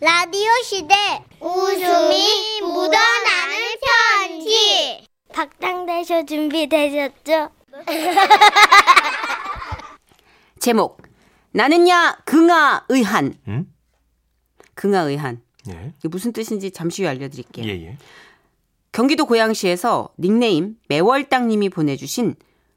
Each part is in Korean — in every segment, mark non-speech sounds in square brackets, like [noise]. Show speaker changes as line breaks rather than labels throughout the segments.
라디오 시대 웃음이 묻어나는 편지 박장대쇼 준비되셨죠?
제목 나는야 긍아 의한
음?
긍아 의한
예.
이게 무슨 뜻인지 잠시 후에 알려드릴게요.
예, 예.
경기도 고양시에서 닉네임 매월땅님이 보내주신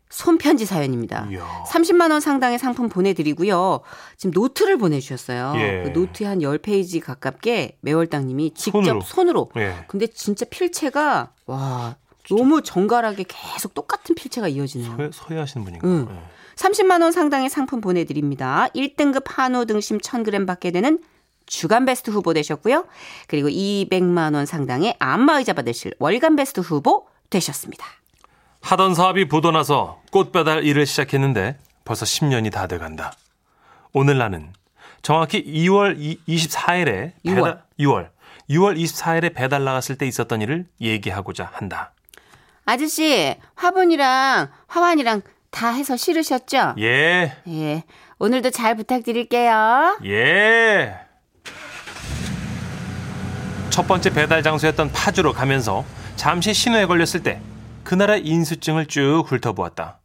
손편지 사연입니다.
이야.
30만 원 상당의 상품 보내드리고요. 지금 노트를 보내주셨어요.
예.
그 노트에 한 10페이지 가깝게 매월땅님이 직접
손으로.
손으로.
예.
근데 진짜 필체가 와 너무 정갈하게 계속 똑같은 필체가 이어지네요.
그 서해, 서해하시는 분인가?
응.
예.
30만 원 상당의 상품 보내드립니다. 1등급 한우 등심 1000g 받게 되는 주간베스트 후보 되셨고요. 그리고 200만 원 상당의 안마의자 받으실 월간베스트 후보 되셨습니다.
하던 사업이 부도나서 꽃배달 일을 시작했는데 벌써 10년이 다 돼간다. 오늘 나는 정확히 2월 24일에
유월.
6월 6월 24일에 배달 나갔을 때 있었던 일을 얘기하고자 한다.
아저씨 화분이랑 화환이랑 다 해서 실으셨죠?
예.
예. 오늘도 잘 부탁드릴게요.
예. 첫 번째 배달 장소였던 파주로 가면서 잠시 신호에 걸렸을 때 그 나라의 인수증을 쭉 훑어보았다.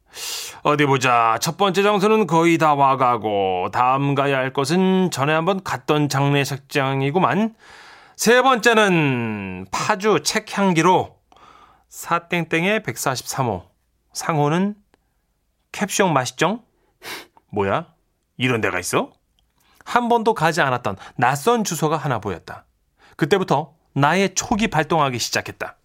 어디 보자. 첫 번째 장소는 거의 다 와가고 다음 가야 할 곳은 전에 한번 갔던 장례식장이구만. 세 번째는 파주 책향기로 사땡땡의 143호 상호는 캡숑 맛있정? 뭐야? 이런 데가 있어? 한 번도 가지 않았던 낯선 주소가 하나 보였다. 그때부터 나의 촉이 발동하기 시작했다.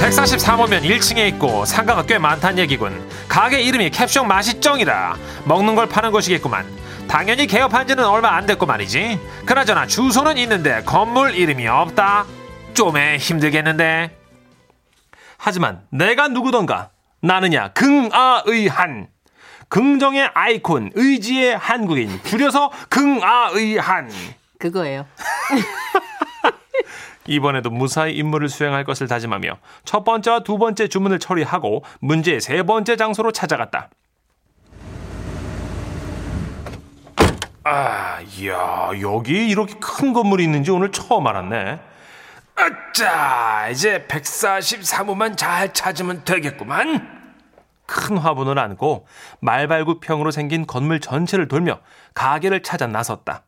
143호면 1층에 있고 상가가 꽤 많단 얘기군. 가게 이름이 캡숑 맛있정이다. 먹는 걸 파는 곳이겠구만. 당연히 개업한 지는 얼마 안 됐고 말이지. 그나저나 주소는 있는데 건물 이름이 없다. 좀에 힘들겠는데. 하지만 내가 누구던가 나느냐 긍아의한 긍정의 아이콘, 의지의 한국인, 줄여서 긍아의한.
그거예요.
이번에도 무사히 임무를 수행할 것을 다짐하며 첫 번째와 두 번째 주문을 처리하고 문제의 세 번째 장소로 찾아갔다. 아, 이야, 여기 이렇게 큰 건물이 있는지 오늘 처음 알았네. 아짜, 이제 143호만 잘 찾으면 되겠구만. 큰 화분을 안고 말발굽형으로 생긴 건물 전체를 돌며 가게를 찾아 나섰다.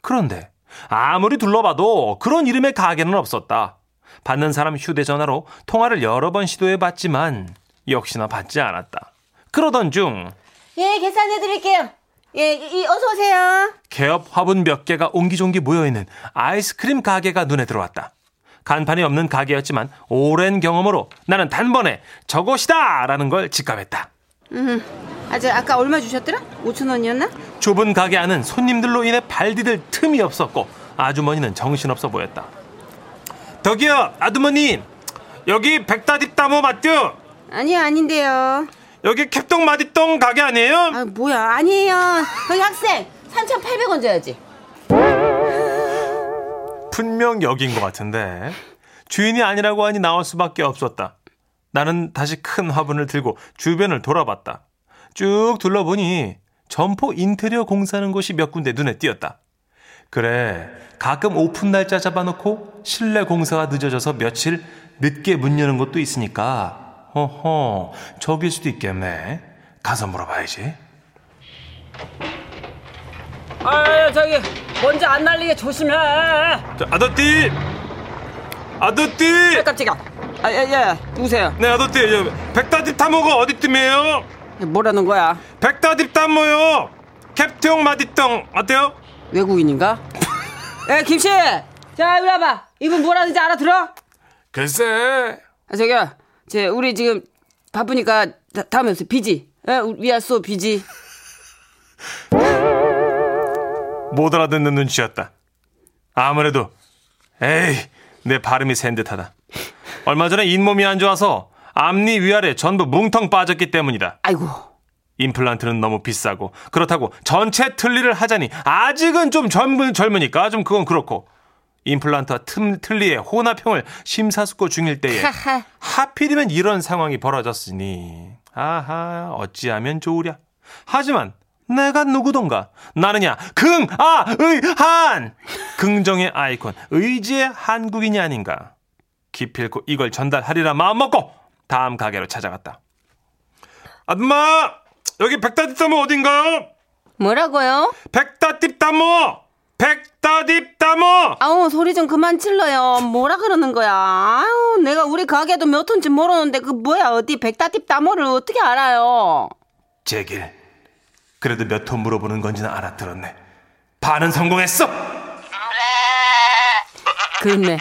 그런데 아무리 둘러봐도 그런 이름의 가게는 없었다. 받는 사람 휴대전화로 통화를 여러 번 시도해봤지만 역시나 받지 않았다. 그러던 중
예, 계산해 드릴게요. 예, 이, 이, 어서 오세요.
개업 화분 몇 개가 옹기종기 모여있는 아이스크림 가게가 눈에 들어왔다. 간판이 없는 가게였지만 오랜 경험으로 나는 단번에 저것이다! 라는 걸 직감했다.
아, 저 아까 얼마 주셨더라? 5천 원이었나?
좁은 가게 안은 손님들로 인해 발디딜 틈이 없었고 아주머니는 정신없어 보였다. 저기요 아주머니 여기 백다집다모 맞죠?
아니요, 아닌데요.
여기 캡동 마디똥 가게 아니에요?
아, 뭐야. 아니에요. 거기 학생 3,800원 줘야지.
분명 여긴 것 같은데 주인이 아니라고 하니 나올 수밖에 없었다. 나는 다시 큰 화분을 들고 주변을 돌아봤다. 쭉 둘러보니 점포 인테리어 공사하는 곳이 몇 군데 눈에 띄었다. 그래 가끔 오픈 날짜 잡아놓고 실내 공사가 늦어져서 며칠 늦게 문 여는 곳도 있으니까 허허 저길 수도 있겠네 가서 물어봐야지
아 저기 먼지 안 날리게 조심해. 아
자, 아더띠 아더띠
깜짝이야. 아예예 누구세요?
네 아더띠 백다집 타모가 어디쯤이에요?
뭐라는 거야?
백다집 땀모요 캡티용 마디똥 어때요?
[laughs]
외국인인가? 예 김씨. 자 이리 와봐. 이분 뭐라는지 알아들어?
글쎄
아, 저기요. 제 우리 지금 바쁘니까 다, 다음에 오세요. 비지. 예, 위아소 비지.
못 알아듣는 눈치였다 아무래도 에이 내 발음이 센 듯하다 얼마 전에 잇몸이 안 좋아서 앞니 위아래 전부 뭉텅 빠졌기 때문이다
아이고.
임플란트는 너무 비싸고 그렇다고 전체 틀니를 하자니 아직은 좀 젊은 젊으니까 좀 그건 그렇고 임플란트와 틈, 틀니의 혼합형을 심사숙고 중일 때에
하하.
하필이면 이런 상황이 벌어졌으니 아하 어찌하면 좋으랴 하지만 내가 누구던가 나느냐 긍아의한 긍정의 아이콘 의지의 한국인이 아닌가 기필코 이걸 전달하리라 마음먹고 다음 가게로 찾아갔다 아줌마 여기 백다집다모 어딘가요?
뭐라고요?
백다집다모 백다집다모
아우 소리 좀 그만 질러요. 뭐라 그러는 거야? 아우 내가 우리 가게도 몇 톤지 모르는데 그 뭐야 어디 백다팁 다모를 어떻게 알아요?
제길 그래도 몇 톤 물어보는 건지는 알아들었네 반은 성공했어
그렇네.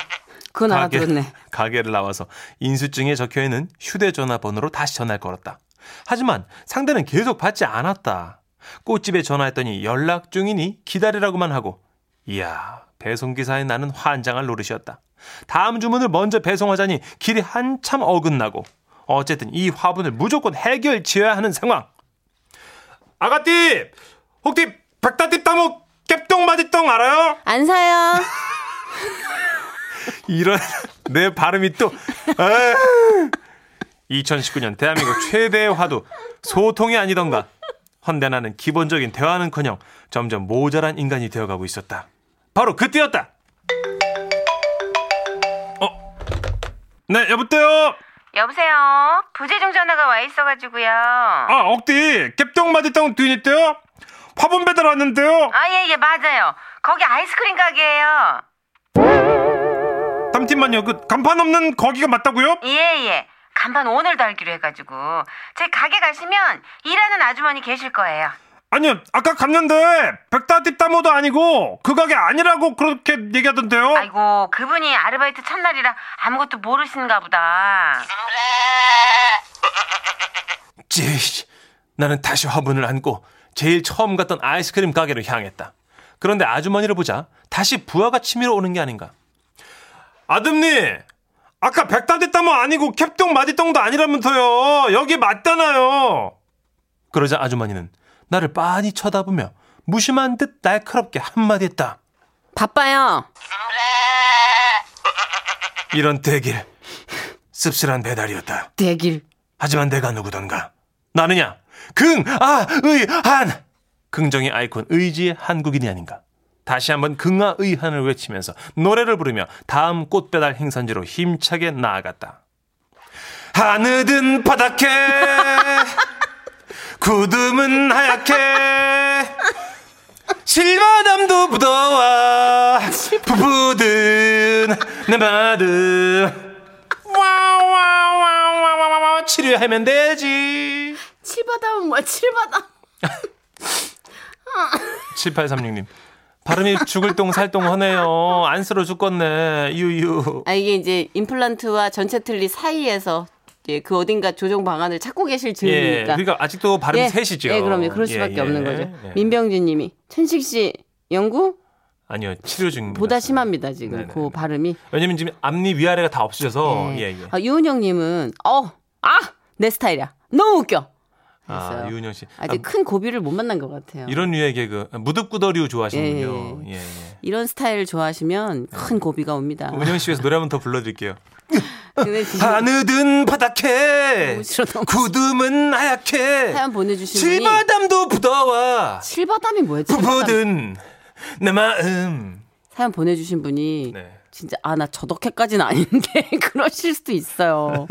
그건 알아들었네.
가게를 나와서 인수증에 적혀있는 휴대전화 번호로 다시 전화를 걸었다. 하지만 상대는 계속 받지 않았다. 꽃집에 전화했더니 연락 중이니 기다리라고만 하고 이야 배송기사인 나는 환장할 노릇이었다. 다음 주문을 먼저 배송하자니 길이 한참 어긋나고 어쨌든 이 화분을 무조건 해결 지어야 하는 상황. 아가띠 혹시 백다띠 따목 깹똥 마디똥 알아요?
안 사요.
이런 [laughs] 내 발음이 또 2019년 대한민국 최대의 화두 소통이 아니던가 헌데 나는 기본적인 대화는커녕 점점 모자란 인간이 되어가고 있었다 바로 그때였다 어? 네 여보세요
여보세요. 부재중 전화가 와 있어가지고요.
아 억디 갭똥 마디똥 뒤니때요 화분 배달 왔는데요
아 예예 맞아요. 거기 아이스크림 가게예요.
잠시만요 그 간판 없는 거기가 맞다고요?
예예. 간판 오늘 달기로 해가지고 제 가게 가시면 일하는 아주머니 계실 거예요.
아니요, 아까 갔는데 백다 뒷담호도 아니고 그 가게 아니라고 그렇게 얘기하던데요.
아이고 그분이 아르바이트 첫날이라 아무것도 모르시는가 보다.
찌, 나는 다시 화분을 안고 제일 처음 갔던 아이스크림 가게로 향했다. 그런데 아주머니를 보자 다시 부하가 치밀어 오는 게 아닌가. 아듬니, 아까 백다 뒷담호 아니고 캡똥 마디똥도 아니라면서요. 여기 맞잖아요. 그러자 아주머니는 나를 빤히 쳐다보며 무심한 듯 날카롭게 한마디 했다.
바빠요.
이런 대길 씁쓸한 배달이었다.
대길.
하지만 내가 누구던가 나느냐 긍, 아, 의, 한 긍정의 아이콘 의지의 한국인이 아닌가 다시 한번 긍아 의한을 외치면서 노래를 부르며 다음 꽃배달 행선지로 힘차게 나아갔다 하늘은 바닥에 [laughs] 구름은 하얗게 실바람도 부더와 부부든 내 마음 와와와와와와 치료하면 되지.
칠바다면 뭐야 칠바다.
7836님. 발음이 죽을 똥 살똥 하네요. 안쓰러 죽겠네. 유유.
아 이게 이제 임플란트와 전체 틀니 사이에서 예, 그 어딘가 조정 방안을 찾고 계실
예.
질문이니까.
그러니까 아직도 발음이 셋이죠.
예, 그럼요. 그럴 수밖에
예, 예,
없는 거죠.
예.
민병준님이 천식 씨 연구
아니요. 치료 중.
보다 심합니다 지금
네네.
그 발음이.
왜냐면 지금 앞니 위아래가 다 없으셔서 예, 예.
아, 유은영님은 어, 어아내 스타일이야. 너무 웃겨.
아,
했어요.
유은영 씨.
아직
아,
큰 고비를 못 만난 것 같아요. 이런,
이런 류의 개그 무득구더류 좋아하시는군요. 예. 예.
스타일 좋아하시면
네.
큰 고비가 옵니다.
은영 씨에서 노래 한 번 더 불러
[laughs]
드릴게요.
근데 지금
하늘은 바닥에
너무 싫어, 너무
구름은 하얗게
사연 보내주신 분이
네. 실바담도 부더와
칠바담이 뭐예요? 칠바담.
부부든 내 마음
사연 보내주신 분이
네.
진짜 아 나 저렇게까지는 [laughs] 아닌데 그러실 수도 있어요.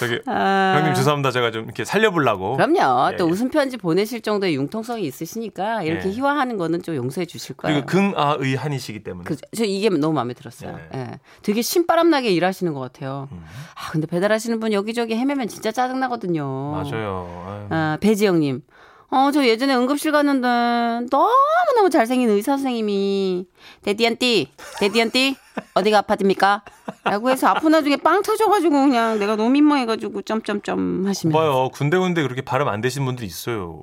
저기
아.
형님 죄송합니다 제가 좀 이렇게 살려보려고
그럼요.
예,
또
예.
웃음 편지 보내실 정도의 융통성이 있으시니까 이렇게
예.
희화하는 거는 좀 용서해 주실 거예요.
그리고 긍아의 한이시기 때문에
그, 저 이게 너무 마음에 들었어요.
예. 음.
예. 되게 신바람나게 일하시는 것 같아요. 아, 근데 배달하시는 분 여기저기 헤매면 진짜 짜증나거든요.
맞아요 아유.
아, 배지영님. 어, 저 예전에 응급실 갔는데 너무너무 잘생긴 의사 선생님이 데디안띠, 데디안띠, 어디가 아파집니까? 라고 해서 아픈 나중에 빵 터져가지고 그냥 내가 너무 민망해가지고 점점점 하시면.
봐요 군데군데 그렇게 발음 안 되신 분들이 있어요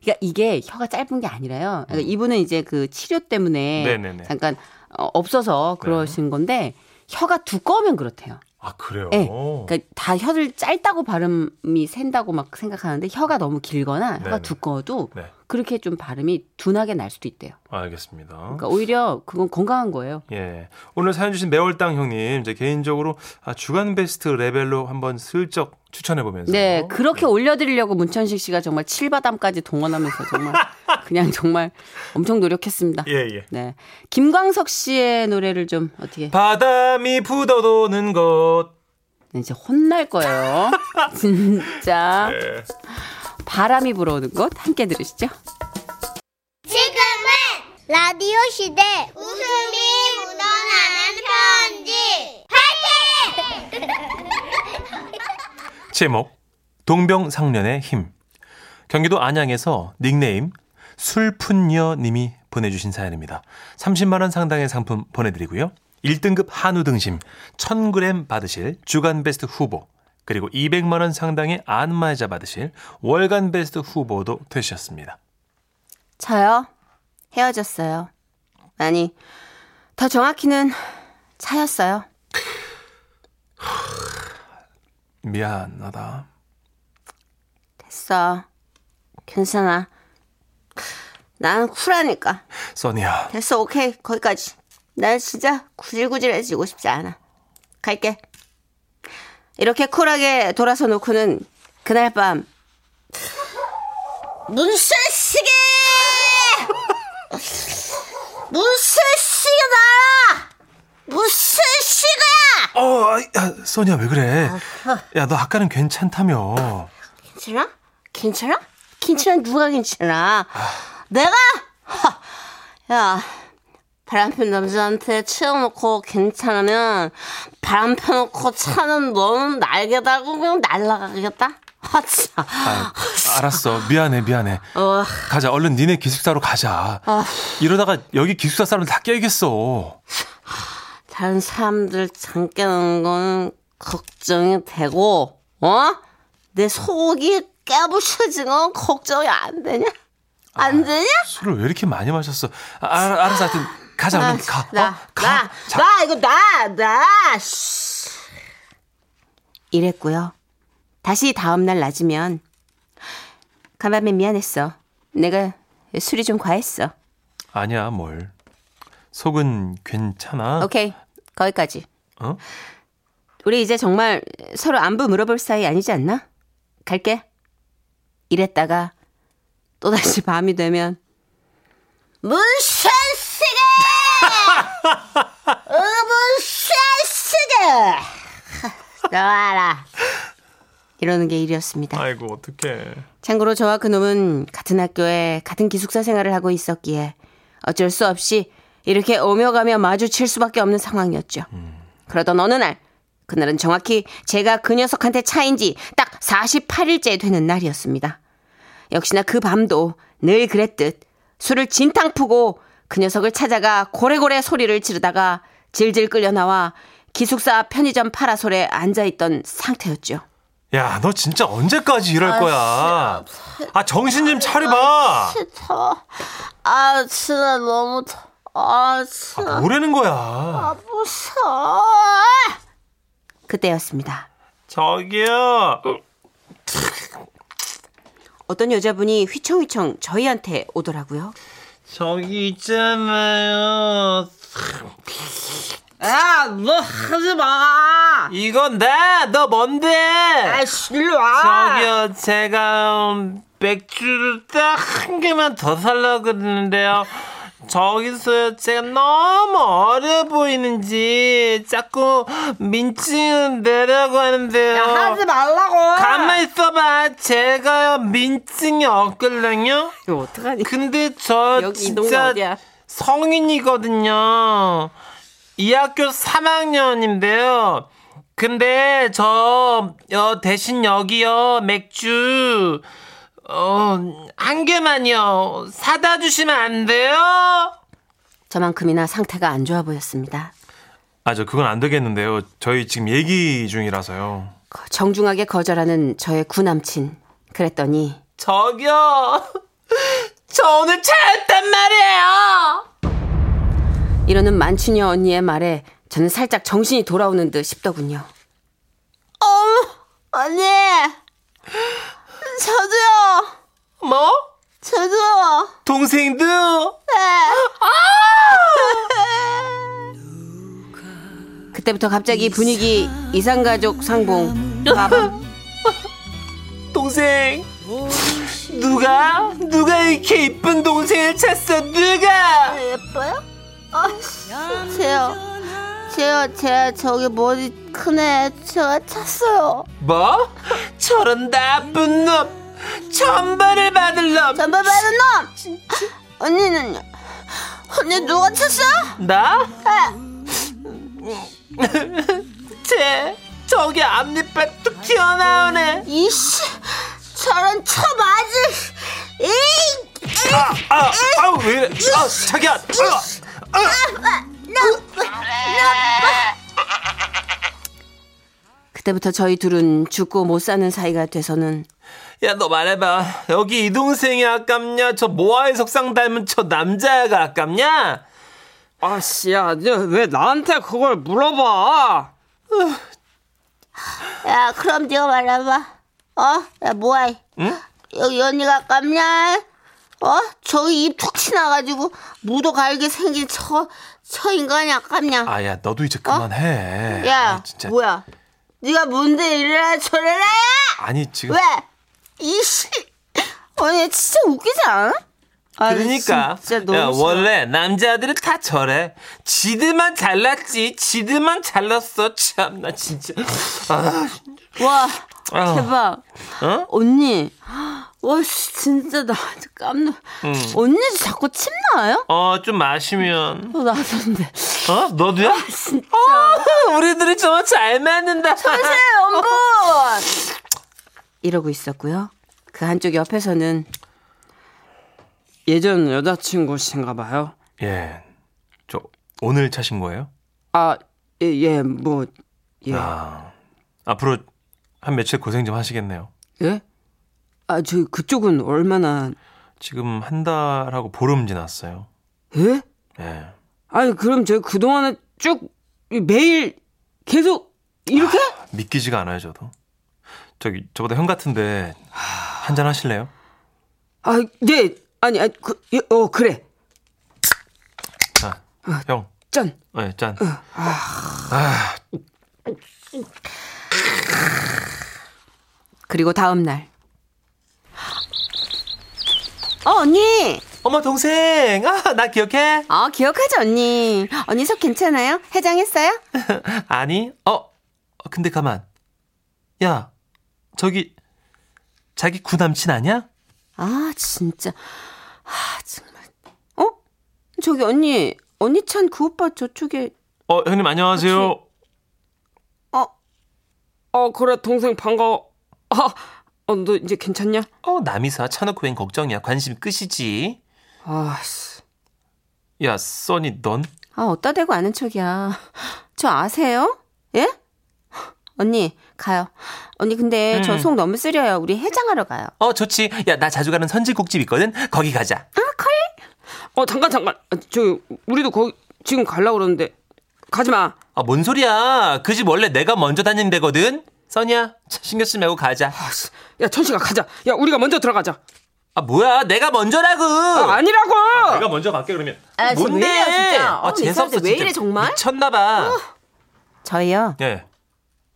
그러니까 이게 혀가 짧은 게 아니라요. 그러니까 이분은 이제 그 치료 때문에
음. 네네네. 네.
잠깐 어, 없어서 그러신 건데 혀가 두꺼우면 그렇대요.
아 그래요
예. 그러니까 다 혀를 짧다고 발음이 샌다고 막 생각하는데 혀가 너무 길거나 혀가
네네.
두꺼워도
네.
그렇게 좀 발음이 둔하게 날 수도 있대요.
알겠습니다.
그러니까 오히려 그건 건강한 거예요.
예. 오늘 사연 주신 매월당 형님, 제 개인적으로 아, 주간 베스트 레벨로 한번 슬쩍 추천해 보면서.
네, 그렇게 올려드리려고 문천식 씨가 정말 칠바담까지 동원하면서 정말 그냥 정말 엄청 노력했습니다.
예, 예.
네, 김광석 씨의 노래를 좀 어떻게
바람이 부더도는 것.
네, 이제 혼날 거예요. 진짜 바람이 불어오는 것 함께 들으시죠.
지금은 라디오 시대 웃음이 묻어나는 편지
제목 동병상련의 힘. 경기도 안양에서 닉네임 술푼녀 님이 보내주신 사연입니다. 30만 원 상당의 상품 보내드리고요. 1등급 한우 등심 1000g 받으실 주간 베스트 후보 그리고 200만 원 상당의 안마의자 받으실 월간 베스트 후보도 되셨습니다.
저요? 헤어졌어요. 아니, 더 정확히는 차였어요.
미안하다.
됐어. 괜찮아. 나는 쿨하니까.
써니야.
됐어, 오케이. 거기까지. 난 진짜 구질구질해지고 싶지 않아. 갈게. 이렇게 쿨하게 돌아서 놓고는 그날 밤 문슬시계! 문슬시계 나라! 문슬시계야!
어, 아이, 아, 써니야 왜 그래? 야, 너 아까는 괜찮다며.
괜찮아? 괜찮아? 괜찮아? 누가 괜찮아? 내가? 하, 야 바람 핀 남자한테 채워놓고 괜찮으면 바람 펴놓고 차는 너는 날개 달고 그냥 날아가겠다? 하차
아, 알았어. 미안해, 미안해.
어, 아.
가자. 얼른 니네 기숙사로 가자. 이러다가 여기 기숙사 사람 다 깨겠어.
다른 사람들 잠 깨는 거는 걱정이 되고 어? 내 속이 깨부셔진 건 걱정이 안 되냐? 안 되냐?
술을 왜 이렇게 많이 마셨어? 아, 알- 알았어. 하여튼 가자. 얼른 가. 어?
나,
가.
나,
자,
나, 이거 나, 나. 씨. 이랬고요. 다시 다음날 낮이면 간밤에 미안했어. 내가 술이 좀 과했어.
아니야, 뭘. 속은 괜찮아.
오케이, 거기까지.
어?
우리 이제 정말 서로 안부 물어볼 사이 아니지 않나? 갈게. 이랬다가 또다시 [laughs] 밤이 되면 문센스게! 어, [laughs] 문센스게! 나와라. 이러는 게 일이었습니다.
아이고, 어떡해.
참고로 저와 그놈은 같은 학교에 같은 기숙사 생활을 하고 있었기에 어쩔 수 없이 이렇게 오며 가며 마주칠 수밖에 없는 상황이었죠. 그러던 어느 날, 그날은 정확히 제가 그 녀석한테 차인지 딱 48일째 되는 날이었습니다. 역시나 그 밤도 늘 그랬듯 술을 진탕 푸고 그 녀석을 찾아가 고래고래 소리를 지르다가 질질 끌려 나와 기숙사 편의점 파라솔에 앉아있던 상태였죠.
야, 너 진짜 언제까지 일할 거야? 아, 정신 좀
아,
차려봐.
더워 아 진짜 너무 더워 아 진짜
아, 뭐라는 거야?
무서워
그때였습니다.
저기요.
어떤 여자분이 휘청휘청 저희한테 오더라고요.
저기 있잖아요.
야, 아, 너 하지 마.
이건 나! 너 뭔데?
일로 와.
저기요, 제가 음, 맥주를 딱 한 개만 더 살라고 그랬는데요. 저기서 제가 너무 어려 보이는지 자꾸 민증 내라고 하는데요.
말라고.
가만 있어봐. 제가요, 민증이 없거든요.
이거 어떡하니?
근데 저
여기 이 동네
진짜
어디야?
성인이거든요. 이 학교 3학년인데요. 근데 저 어, 대신 여기요 맥주 어, 한 개만요 사다 주시면 안 돼요?
저만큼이나 상태가 안 좋아 보였습니다.
아 저 그건 안 되겠는데요. 저희 지금 얘기 중이라서요.
거- 정중하게 거절하는 저의 구남친. 그랬더니
저기요. [laughs] 저 오늘 차였단 말이에요.
이러는 만취녀 언니의 말에 저는 살짝 정신이 돌아오는 듯 싶더군요.
언니 저도요
뭐?
저도요.
동생도
그때부터 갑자기 분위기 이상가족 상봉. 빠밤.
동생 누가 누가 이렇게 이쁜 동생을 찾어 누가
예뻐요? 아씨, 제요. 제요, 제 저기 머리 크네. 제가 찼어요.
뭐 저런 나쁜 놈 천벌을 받을
전부 받은 놈! 언니는요? 언니 누가 찼어?
놈나 [laughs] 쟤 저기 앞니빨 뚝 튀어나오네
이씨, 저런 처 맞을. 에이!
아, 아, 아우 왜 이래 아 자기야 아, 아.
그때부터 저희 둘은 죽고 못 사는 사이가 돼서는
야, 너 말해봐. 여기 이 동생이 아깝냐? 저 모아의 석상 닮은 저 남자애가 아깝냐?
아씨야, 왜 나한테 그걸 물어봐?
야, 그럼 네가 말해봐. 어? 야, 뭐야?
응?
여기 언니가 깝냐? 어? 저기 입 툭 치나가지고 무도 갈게 생긴 저, 저 인간이 아깝냐?
아, 야, 너도 이제
어?
그만해.
야,
아니, 진짜.
뭐야? 네가 뭔데 이래라 저래라?
아니, 지금.
왜? 이씨, 언니 진짜 웃기지 않아?
그러니까.
진짜 너무
야,
싫어.
원래 남자들은 다 저래. 지들만 잘났지. 지들만 잘났어. 참, 나 진짜. 아,
와
아.
대박
어?
언니 와 씨, 진짜 나 아주 깜놀 언니 자꾸 침 나요?
음. 어, 좀 마시면.
어, 나왔는데
어? 너도야?
아,
진짜
어, 우리들이 정말 잘 맞는다.
연분 이러고 있었고요 그 한쪽 옆에서는
예전 여자친구신가 봐요.
예. 저, 오늘 차신 거예요?
아, 예, 예, 뭐, 예,
아. 앞으로 한 며칠 고생 좀 하시겠네요.
예? 아, 저 그쪽은 얼마나,
지금 한 달하고 보름 지났어요.
예?
예.
아니, 그럼 저 그동안에 쭉 매일 계속 이렇게?
믿기지가 않아요, 저도. 저기 저보다 형 같은데 한 잔 하실래요?
아, 네. 아니, 아니, 그, 예, 어, 그래.
자, 형.
짠.
네, 짠.
그리고 다음 날 어, 언니!
어머 동생, 아, 나 기억해?
어, 기억하죠, 언니? 언니 속 괜찮아요? 해장했어요?
아니, 어, 근데 가만. 야, 저기 자기 구 남친 아니야?
아, 진짜. 아, 정말. 어? 저기 언니, 언니 찬 그 오빠 저쪽에
어, 형님 안녕하세요.
어, 그래, 동생 반가워. 아, 어, 너 이제 괜찮냐?
어, 남이사 차놓고 웬 걱정이야? 관심 끝이지.
아, 씨.
야, 써니 넌?
아, 어따 대고 아는 척이야. 저 아세요? 예? 언니, 가요. 언니, 근데 저 속 너무 쓰려요. 우리 해장하러 가요.
어, 좋지. 야, 나 자주 가는 선지국집 있거든. 거기 가자.
어, 잠깐, 잠깐. 아, 저, 우리도 거기 지금 가려고 그러는데. 가지 마.
아, 뭔 소리야? 그 집 원래 내가 먼저 다니는 데거든. 써니야, 차 신경 쓰지 말고 가자.
아, 씨. 야, 천식아, 가자. 야, 우리가 먼저 들어가자.
아 뭐야 내가 먼저라고
아, 아니라고!
내가 먼저 갈게 그러면
아, 진짜 왜 이래요, 진짜? 어, 이 사람들 왜 이래, 정말? 어.
미쳤나봐
저희요.
예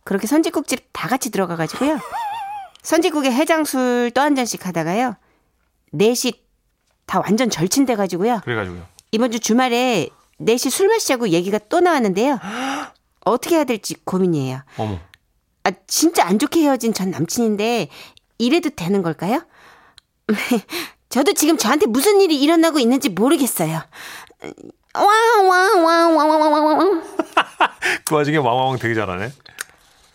그렇게 선지국집 다 같이 들어가가지고요. 선지국에 해장술 또 한 잔씩 하다가요. 넷이 다 완전 절친돼가지고요.
그래가지고요
이번 주 주말에 넷이 술 마시자고 얘기가 또
[gasps]
나왔는데요. 어떻게 해야 될지 고민이에요.
어머
아, 진짜 안 좋게 헤어진 전 남친인데 이래도 되는 걸까요? [laughs] 저도 지금 저한테 무슨 일이 일어나고 있는지 모르겠어요. 와와와와와와와
그 와중에 왕왕 되게 잘하네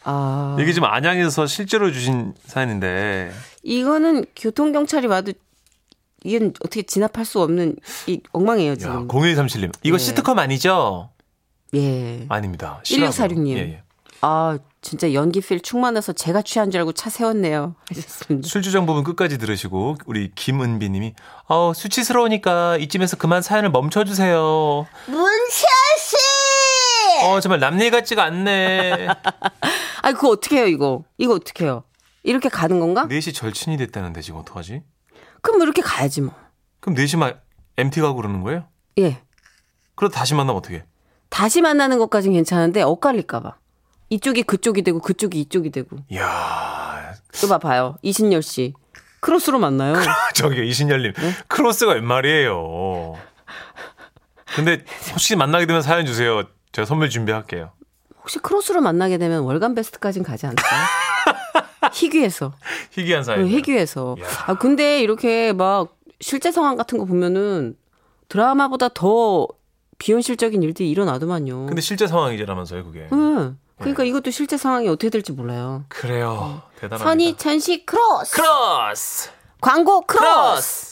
아,
이게 지금 안양에서 실제로 주신 사연인데
이거는 교통 경찰이 와도 이건 어떻게 진압할 수 없는 이 엉망이에요
야
지금.
0137님 이거 시트콤 아니죠?
예.
아닙니다
1646 님.
예, 예.
아 진짜 연기 필 충만해서 제가 취한 줄 알고 차 세웠네요. 하셨습니다.
술주정 부분 끝까지 들으시고 우리 김은비님이 어 수치스러우니까 이쯤에서 그만 사연을 멈춰주세요
문철 씨!
어 정말 남일 같지가 않네 [laughs]
아
네
그거 어떻게 해요 이거? 이거 어떻게 해요? 이렇게 가는 건가?
넷이 절친이 됐다는데 지금 어떡하지?
그럼 뭐 이렇게 가야지 뭐.
그럼 4시만 MT 가고 그러는 거예요?
예.
그러다 다시 만나면 어떻게?
다시 만나는 것까진 괜찮은데 엇갈릴까봐. 이쪽이 그쪽이 되고 그쪽이 이쪽이 되고.
이야,
또 봐봐요. 이신열 씨. 크로스로 만나요.
[laughs] 저기 이신열님 크로스가 웬 말이에요? 근데 혹시 만나게 되면 사연 주세요. 제가 선물 준비할게요.
혹시 크로스로 만나게 되면 월간 베스트까진 가지
[laughs]
않을까요? 희귀해서.
희귀한 사연.
응, 희귀해서. 아, 근데 이렇게 막 실제 상황 같은 거 보면은 드라마보다 더 비현실적인 일들이 일어나더만요.
근데 실제 상황이라면서요, 그게.
응. 그러니까 이것도 실제 상황이 어떻게 될지
그러니까.
몰라요.
어. 그래요. 대단합니다.
선희 천식 크로스.
크로스.
광고 크로스.